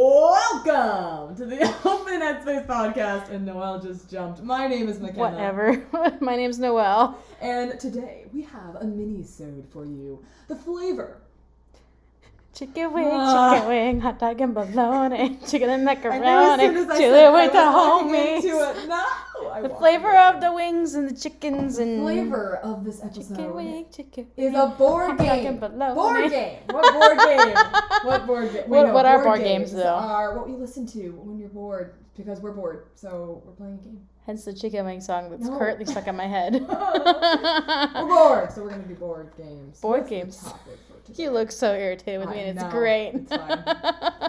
Welcome to the Open Headspace podcast. And Noelle just jumped. My name is McKenna. Whatever. My name's Noelle. And today we have a mini-sode for you. The flavor. Chicken wing, Ah. chicken wing, hot dog and bologna, chicken and I macaroni, know as soon as I said chili that, with the I was walking homies. into it. No, I The walked flavor away. of the wings and the chickens and flavor of this chicken episode wing, chicken is wing, a board hot dog and game. bologna. Board game. What board game? What board game? What- what are board games, though? Are what we listen to when you're bored because we're bored, so we're playing a game. Hence the chicken wing song that's No. currently stuck in my head. We're bored, so we're gonna do board games. Board What's the games. topic for today? you look so irritated with me, I and it's know. great. It's fine.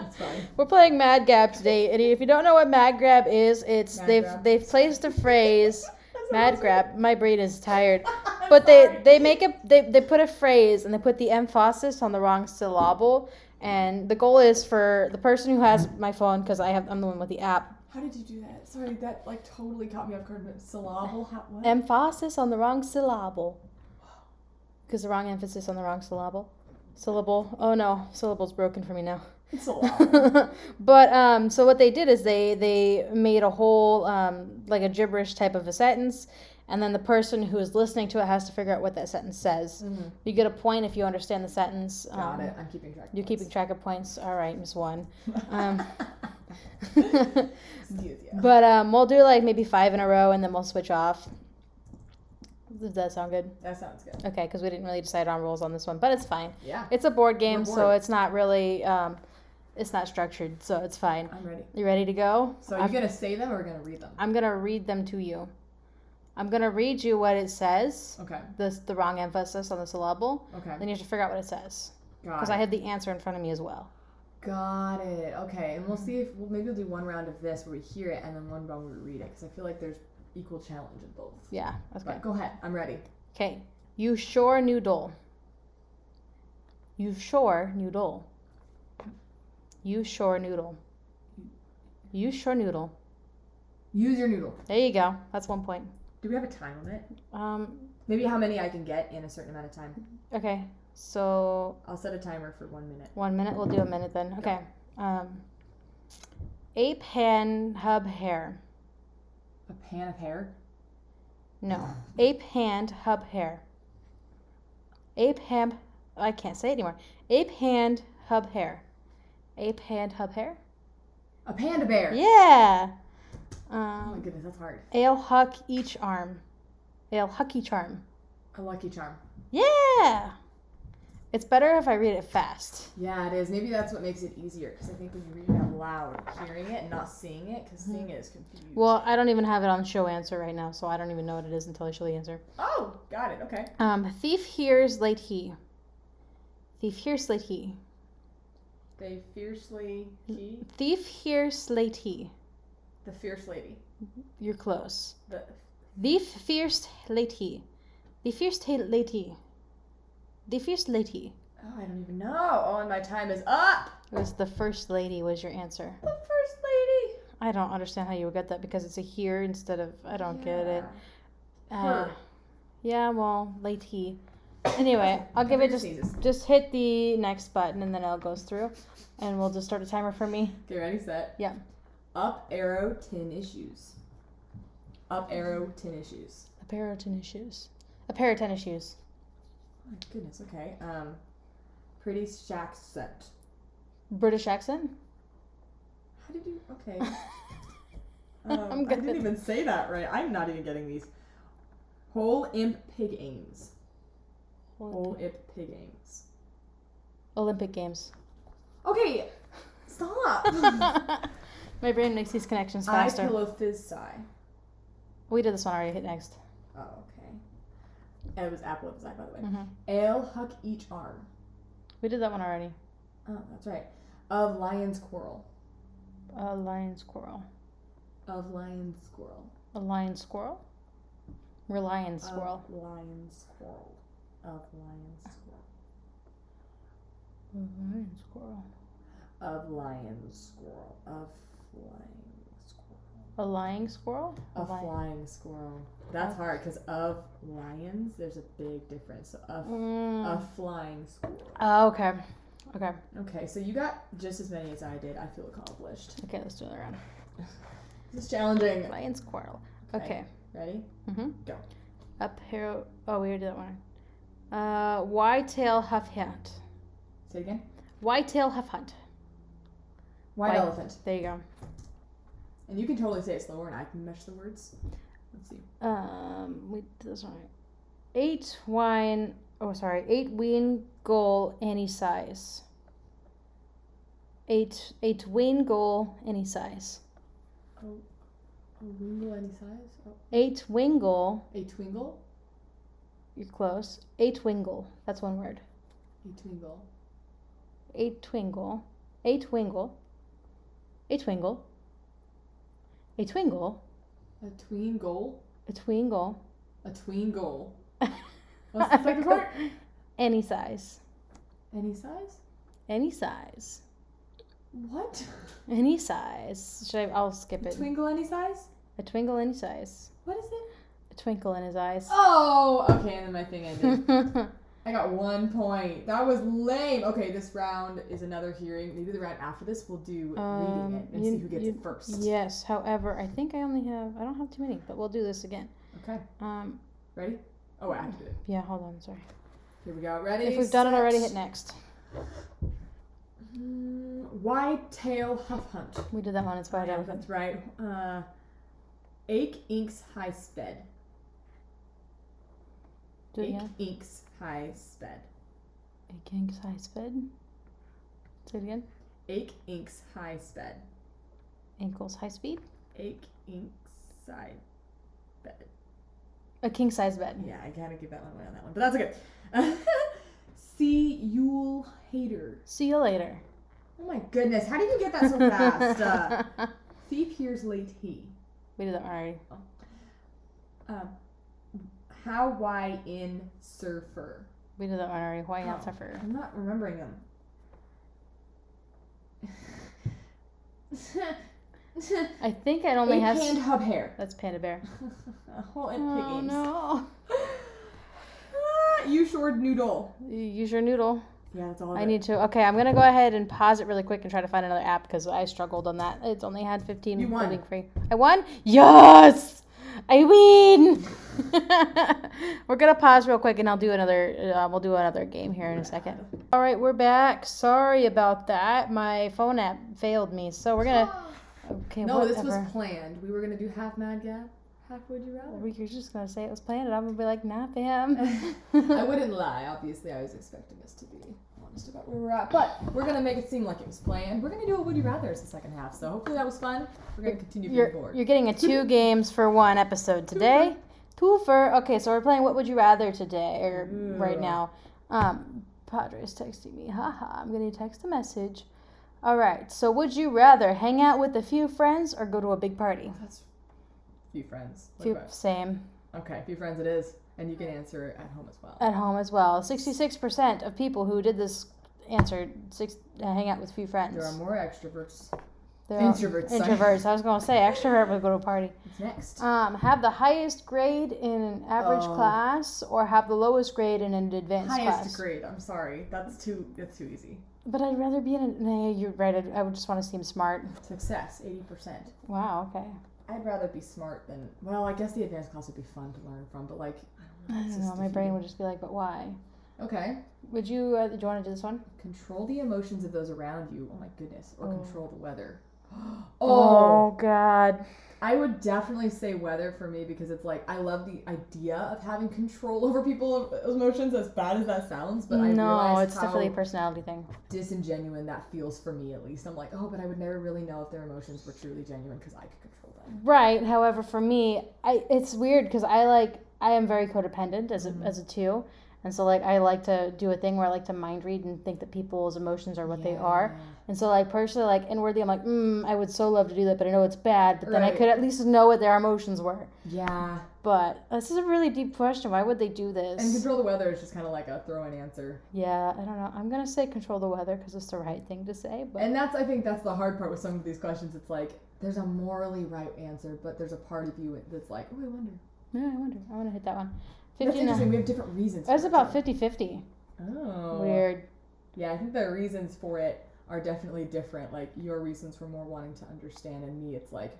It's fine. We're playing Mad Gab today, and if you don't know what Mad Grab is, it's Mad they've Grab. they've placed a phrase That's Mad what I Grab. My brain is tired. was- I'm But they sorry. they make a they they put a phrase and they put the emphasis on the wrong syllable. And the goal is for the person who has my phone because I have I'm the one with the app. How did you do that? Sorry, that like totally caught me off guard. But syllable, how, what? Emphasis on the wrong syllable. Because the wrong emphasis on the wrong syllable. Syllable. Oh no, syllable's broken for me now. syllable. but um, so what they did is they they made a whole um, like a gibberish type of a sentence, and then the person who is listening to it has to figure out what that sentence says. Mhm. You get a point if you understand the sentence. Got um, it. I'm keeping track. of You're keeping points. track of points. All right, Miss One. Um, Excuse you. but um, we'll do like maybe five in a row, and then we'll switch off. Does that sound good? That sounds good. Okay, because we didn't really decide on rules on this one, but it's fine. Yeah, It's a board game, so bored. it's not really, um, it's not structured, so it's fine. I'm ready. You ready to go? So are you I'm, gonna say them or are you gonna read them? I'm gonna read them to you. I'm gonna read you what it says. Okay. This the wrong emphasis on the syllable. Okay. Then you have to figure out what it says Got because it. I have the answer in front of me as well. Got it. Okay, and we'll Mm. see if well, maybe we'll do one round of this where we hear it, and then one round where we read it, because I feel like there's equal challenge in both. Yeah. Okay. But go ahead. I'm ready. Okay. You sure noodle. You sure noodle. You sure noodle. You sure noodle. Use your noodle. There you go. That's one point. Do we have a time limit? Um. Maybe how many I can get in a certain amount of time. Okay. So I'll set a timer for one minute. One minute, we'll do a minute then. Okay. Um, ape hand hub hair. A pan of hair. No. Ape hand hub hair. Ape hand. I can't say it anymore. Ape hand hub hair. Ape hand hub hair. A panda bear. Yeah. Oh my Um, goodness, that's hard. ale huck each arm. Ale hucky charm. A lucky charm. Yeah. It's better if I read it fast. Yeah, it is. Maybe that's what makes it easier, because I think when you read it out loud, hearing it and not seeing it, because seeing it is confusing. Mm-hmm. Well, I don't even have it on show answer right now, so I don't even know what it is until I show the answer. oh, got it. Okay. Um, thief hears late he. Thief hears late he. They fiercely he Thief hears late he. the fierce lady. You're close. The Thief fears late he. Thief fears late he. Thief fears late he. Oh, I don't even know. Oh, and my time is up. It was the first lady was your answer. The first lady. I don't understand how you would get that because it's a here instead of I don't get it. Uh, Her. yeah, well, late he. Anyway, I'll give it just Jesus. just hit the next button and then it goes through, and we'll just start a timer for me. Okay, ready, set. Yeah. Up arrow ten issues. Up arrow ten issues. A pair of tennis shoes. A pair of tennis shoes. Oh my goodness. Okay. Um, pretty shack set. British accent? How did you? Okay. I'm Um, I good. didn't even say that right. I'm not even getting these. Whole imp pig aims. Oh. Whole imp pig aims. Olympic Games. Okay. Stop. My brain makes these connections I faster. pillow fizz sigh. we did this one already. Hit next. Oh, okay. And it was apple of his eye, by the way. Mhm. Ale huck each arm. We did that one already. Oh, that's right. Of lion's quarrel. A lion squirrel. Of lion's squirrel. A lion squirrel? We're lion Of squirrel. lion's squirrel. Of lion's squirrel. lion squirrel. Of lion's squirrel. Of flying squirrel. A lying squirrel? A lion- flying squirrel. That's hard because of lions, there's a big difference. So of Mm. a flying squirrel. Oh, okay. Okay. Okay, so you got just as many as I did. I feel accomplished. Okay, let's do another round. This is challenging. Lions quarrel. Okay. Ready? Mm-hmm. Go. Up here. Oh, we already did that one. Uh, why tail huff hunt? Say it again. Why tail huff hunt? White White. elephant. There you go. And you can totally say it slower, and I can mesh the words. Let's see. Um, we did this one right. Eight wine. Oh, sorry. Eight ween goal any size. Eight eight ween goal any size. Oh, A wingle any size? Oh, Eight wingle. a twingle. You're close. Eight wingle. That's one word. A twingle. Eight twingle. Eight wingle. A twingle. A twingle. A tween goal. A twingle. A tween goal. What's the second part? any size. Any size? Any size. What? Any size. Should I? I'll skip it. Twinkle any size? A twinkle in his eyes. What is it? A twinkle in his eyes. Oh, okay, and then my thing ended. okay, I got one point. That was lame. Okay, this round is another hearing. Maybe the round after this we'll do Um, reading it and you- see who gets you- it first. Yes, however, I think I only have, I don't have too many, but we'll do this again. Okay, Um, ready? Oh, I have to do it. yeah, hold on, sorry. Here we go. Ready? If we've done it already, hit set. next. Mm, Wide tail huff hunt. We did that one, it's Oh, by yeah, elephant. that's right. Uh, ache inks high sped. Do it ache again. inks high sped. A king size bed. Say it again. Ache inks high sped. Ankles high speed. Ache inks high sped. A king size bed. Yeah, I gotta give that one away on that one, but that's okay. See Yule Hater. See you later. Oh my goodness, how did you get that so fast? Uh, thief hears late he. we did that one already. Um, how why in surfer? We did that one already. Why not Oh. suffer? I'm not remembering them. I think I only Ape have. hand hub hair. That's Panda Bear. Whole and Oh pig no. Ah, you shored noodle. You Use your noodle. Yeah, that's all. I need to. Okay, I'm gonna go ahead and pause it really quick and try to find another app because I struggled on that. It's only had 15 You won. voting free. I won. Yes, I win. we're gonna pause real quick and I'll do another. Uh, we'll do another game here in a second. All right, we're back. Sorry about that. My phone app failed me, so we're gonna. Okay, No, this whatever. was planned. We were gonna do half mad gap, half would you rather. You're just gonna say it was planned, and I'm gonna be like, nah, fam. I wouldn't lie. Obviously, I was expecting us to be honest about where we're at, but we're gonna make it seem like it was planned. We're gonna do a would you rather as the second half. So hopefully that was fun. We're gonna continue being You're, bored. you're getting a two games for one episode today. Two for okay, so we're playing What Would You Rather today or right Yeah. now. Um, Padre's texting me. Haha, I'm gonna text a message. All right, so would you rather hang out with a few friends or go to a big party? That's few friends. What Few, about- same Okay, few friends it is, and you can answer at home as well. at home as well. Sixty-six percent of people who did this answered six uh, hang out with few friends. There are more extroverts. They're all- introverts, sorry. Introverts. I was gonna say extrovert would go to a party. What's next? Um, have the highest grade in an average Oh. class or have the lowest grade in an advanced Highest class? grade. I'm sorry. That's too. That's too easy. But I'd rather be in an. Nah, you're right. I'd, I would just want to seem smart. Success, eighty percent. Wow, okay. I'd rather be smart than. Well, I guess the advanced class would be fun to learn from, but like, I I don't know. it's don't just know. My brain defeating. would just be like, but why? Okay. Would you. Uh, do you want to do this one? Control the emotions of those around you. Oh my goodness. Or Oh. control the weather. oh. God. I would definitely say weather for me because it's like I love the idea of having control over people's emotions. As bad as that sounds, but I no, realize it's how definitely a personality thing. disingenuine that feels for me. At least I'm like, oh, but I would never really know if their emotions were truly genuine because I could control them. Right. However, for me, I it's weird because I like I am very codependent as a, Mm-hmm. as a two, and so like I like to do a thing where I like to mind read and think that people's emotions are what they are, and so like personally, like inwardly, I'm like, mm, I would so love to do that, but I know it's bad. But then I Right. could at least know what their emotions were. Yeah. But this is a really deep question. Why would they do this? And control the weather is just kind of like a throw in answer. yeah, I don't know. I'm gonna say control the weather because it's the right thing to say. But And that's, I think, that's the hard part with some of these questions. It's like, there's a morally right answer, but there's a part of you that's like, oh, I wonder. no, I wonder. I want to hit that one. That's Fifty interesting. nine. We have different reasons. That's for it, about too. 50-50. Oh. Weird. Yeah, I think the reasons for it are definitely different. Like your reasons for more wanting to understand, and me, it's like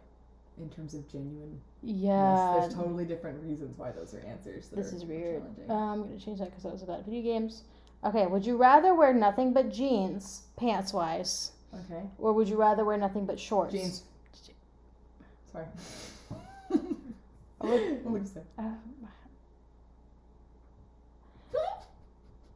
in terms of genuine. Yeah. there's totally different reasons why those are answers. That This are is more weird. challenging. Uh, I'm gonna change that because that was about video games. Okay, would you rather wear nothing but jeans, pants wise, Okay. or would you rather wear nothing but shorts? Jeans. Sorry. I what would you say? Uh,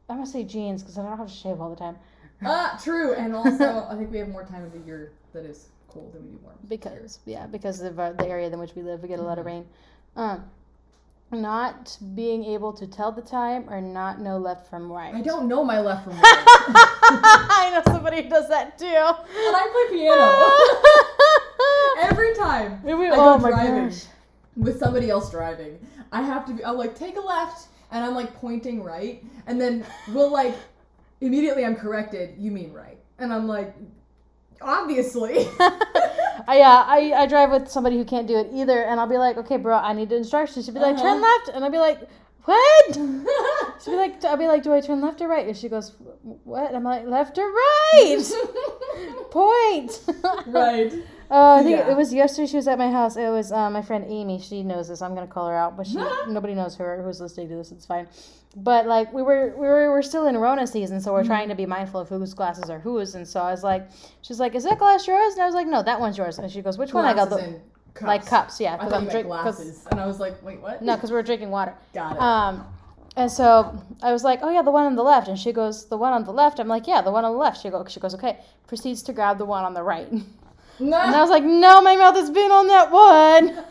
I'm gonna say jeans because I don't have to shave all the time. ah, true. And also, I think we have more time of the year that is cold than we do warm. Because yeah, because of uh, the area in which we live, we get a lot Mm-hmm. of rain. Um, not being able to tell the time or not know left from right. I don't know my left from right. I know somebody who does that too. and I play piano every time. We- I oh go my driving gosh. with somebody else driving. I have to be. I'm like take a left, and I'm like pointing right, and then we'll like immediately I'm corrected. You mean right? And I'm like, obviously. I, uh, I I drive with somebody who can't do it either, and I'll be like, okay, bro, I need instructions. She'd be like, Uh-huh. turn left, and I'll be like, what? She'd be like, I'll be like, do I turn left or right? And she goes, what? And I'm like, left or right? Point. right. Oh, I think Yeah. it was yesterday. She was at my house. It was uh, my friend Amy. She knows this. I'm gonna call her out, but she nobody knows her who's listening to this. It's fine. But like we were, we were, we're still in Rona season, so we're Mm-hmm. trying to be mindful of whose glasses are whose. And so I was like, she's like, "Is that glass yours?" And I was like, "No, that one's yours." And she goes, "Which one?" I got Glasses the and cups. like cups, yeah, I because thought I'm you meant drinking. glasses, and I was like, wait, what? No, because we're drinking water. Got it. Um, and so I was like, "Oh yeah, the one on the left." And she goes, "The one on the left." I'm like, "Yeah, the one on the left." She goes, "She goes, okay." Proceeds to grab the one on the right, and I was like, "No, my mouth has been on that one."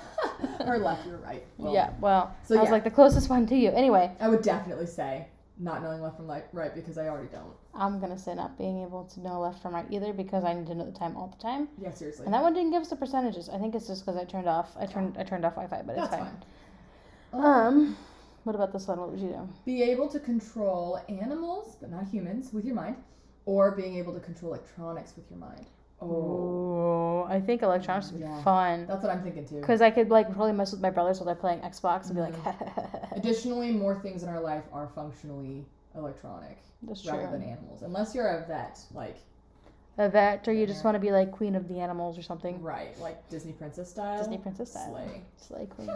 or left, you're right. Well, yeah, well, So I was yeah. like the closest one to you. Anyway, I would definitely say not knowing left from li- right because I already don't. I'm gonna say not being able to know left from right either because I need to know the time all the time. Yeah, seriously. And that one didn't give us the percentages. I think it's just because I turned off. I turned I turned off Wi-Fi, but it's That's fine. fine. Um, what about this one? What would you do? Be able to control animals, but not humans, with your mind, or being able to control electronics with your mind. Oh, Oh, I think electronics would be Yeah. fun. that's what I'm thinking too. Because I could like probably mess with my brothers while they're playing Xbox and be like, Additionally, more things in our life are functionally electronic that's rather than true. animals, unless you're a vet, like A vet, or you just Yeah. want to be like queen of the animals or something. right, like Disney princess style. Disney princess style. Slay. Slay queen.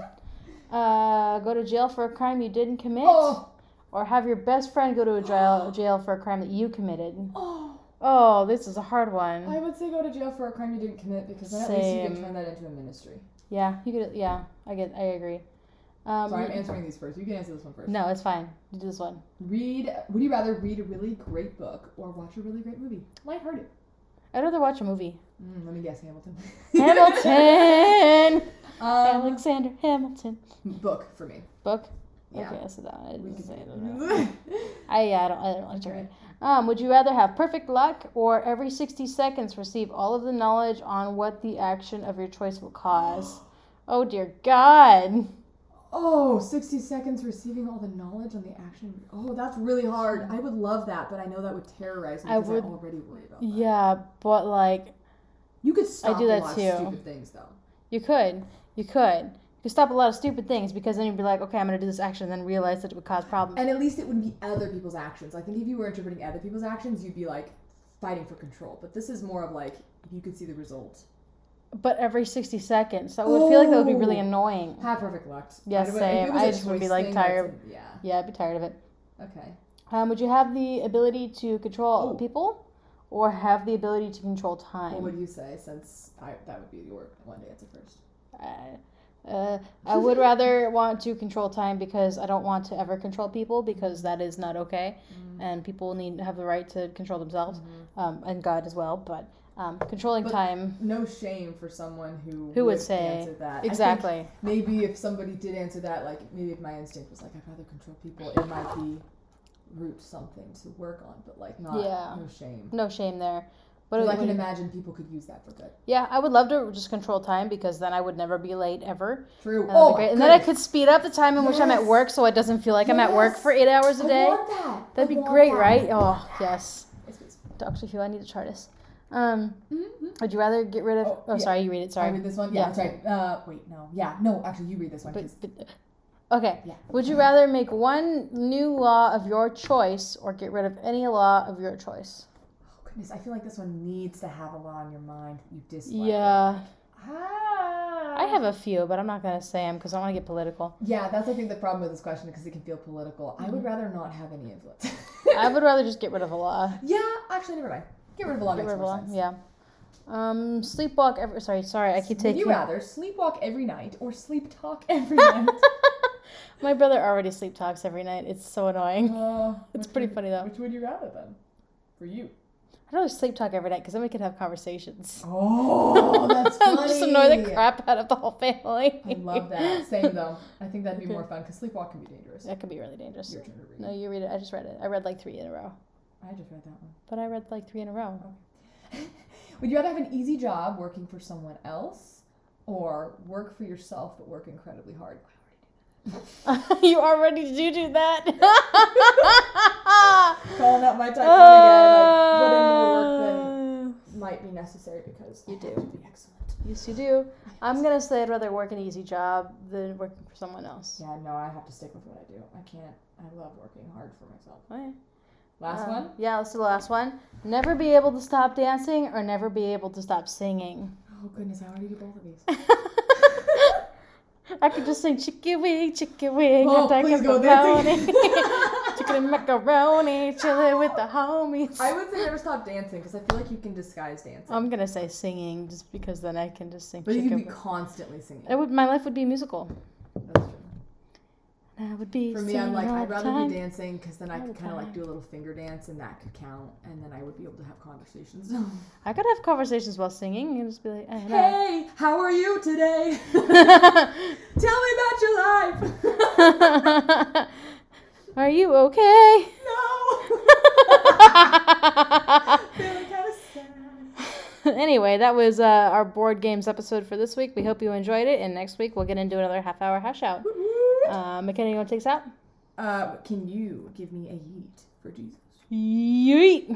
Uh, go to jail for a crime you didn't commit, Oh, or have your best friend go to a jail jail for a crime that you committed. oh. Oh, this is a hard one. I would say go to jail for a crime you didn't commit because then at least you Same. can turn that into a ministry. yeah, you could. Yeah, I get. I agree. Um, Sorry, I'm answering these first. You can answer this one first. no, it's fine. You do this one. Read. Would you rather read a really great book or watch a really great movie? Lighthearted. I'd rather watch a movie. Mm, let me guess, Hamilton. Hamilton, um, Alexander Hamilton. book for me. Book. Yeah. Okay, I said that one. I We didn't could say do that that. one. I, yeah, I don't, I don't like to Okay. read. Um, would you rather have perfect luck or every 60 seconds receive all of the knowledge on what the action of your choice will cause? oh dear God. Oh, 60 seconds receiving all the knowledge on the action. Oh, that's really hard. I would love that, but I know that would terrorize me I because I, would- already worry about that. Yeah, but like, You could stop do a that lot too. of stupid things though. you could. You could. You could stop a lot of stupid things because then you'd be like, okay, I'm going to do this action, and then realize that it would cause problems. And at least it wouldn't be other people's actions. I think if you were interpreting other people's actions, you'd be like fighting for control. But this is more of like if you could see the result. But every 60 seconds. So I would feel like that would be really Oh. annoying. Have perfect luck. Yeah, I don't- if same. it was I a just would choice be, like, thing, that's tired. a- yeah. Yeah, I'd be tired of it. Okay. Um, would you have the ability to Ooh. control people or have the ability to control What time? would you say? Since I, that would be your one day answer first. uh, uh, I would rather want to control time because I don't want to ever control people because that is not okay, and people need have the right to control themselves, um, and God as well. But um, controlling But- time, No shame for someone who Who would say- answer that I think exactly. maybe if somebody did answer that, like maybe if my instinct was like I'd rather control people, it might be root something to work on, but like not Yeah. no shame. No shame there. But But I it can would, imagine people could use that for good. yeah, I would love to just control time because then I would never be late ever. True. And, that'd oh, be great. Um, and then I goodness. could speed up the time in which I'm at Yes. work so it doesn't feel like I'm at work Yes. for eight hours a day. I want that. I That'd be want great, that. right? Oh, yes. Yes, please. Doctor Who, I need a TARDIS. Um, Mhm. would you rather get rid of? Oh, Oh, yeah. sorry, you read it. I Sorry. read this one. Yeah. Yeah, that's right. Uh, wait, no. Yeah, no. Actually, you read this one. But, 'cause- but Okay. Yeah. Would you rather make one new law of your choice or get rid of any law of your choice? Oh goodness, I feel like this one needs to have a law in your mind that you dislike. Yeah. Ah. I have a few, but I'm not going to say them because I want to get political. Yeah, that's I think the problem with this question because it can feel political. I would rather not have any influence. Mm-hmm. I would rather just get rid of a law. yeah, actually, never mind. Get rid of a law Get makes rid of a more law. sense. Yeah. Um, sleepwalk every. Sorry, sorry. I Would keep taking. you rather sleepwalk every night or sleep talk every night? My brother already sleep talks every night. It's so annoying. Uh, It's which pretty would- funny, though. Which would you rather then? For you. I'd rather sleep talk every night because then we could have conversations. Oh, that's funny. just annoy the crap out of the whole family. I love that. Same though. I think that'd be more fun because sleepwalk can be dangerous. That could be really dangerous. Your turn to read. No, you read it. I just read it. I read like three in a row. I just read that one. But I read like three in a row. Would you rather have an easy job working for someone else or work for yourself but work incredibly hard? Oh. you already do do that. Calling out my type one again. I put in more work Uh, than might be necessary because You I have do. to be excellent. Yes, you do. I'm gonna say I'd rather work an easy job than working for someone else. Yeah, no, I have to stick with what I do. I can't. I love working hard for myself. Okay. Last Um, one. Oh, Yeah, let's do the last one. Never be able to stop dancing or never be able to stop singing. Oh goodness, I already did both of these. I could just sing chicken wing, chicken wing, Oh, hot dog please and go pepperoni. dancing. chicken and macaroni, chilling with the homies. I would say never stop dancing because I feel like you can disguise dancing, I'm gonna say singing just because then I can just sing but you chicken. can be wing. constantly singing. It would my life would be musical. That's true. I would be For me, singing I'm like, all I'd the rather time. be dancing because then I All could the kind of like time. do a little finger dance and that could count, and then I would be able to have conversations. I could have conversations while singing and just be like, I don't know. hey, how are you today? Tell me about your life. Are you okay? no. Feeling kind of sad. anyway, that was uh, our board games episode for this week. We hope you enjoyed it, and next week we'll get into another half hour hash out. Uh, McKenna, you want to take us out? Uh, can you give me a yeet for Jesus? Yeet.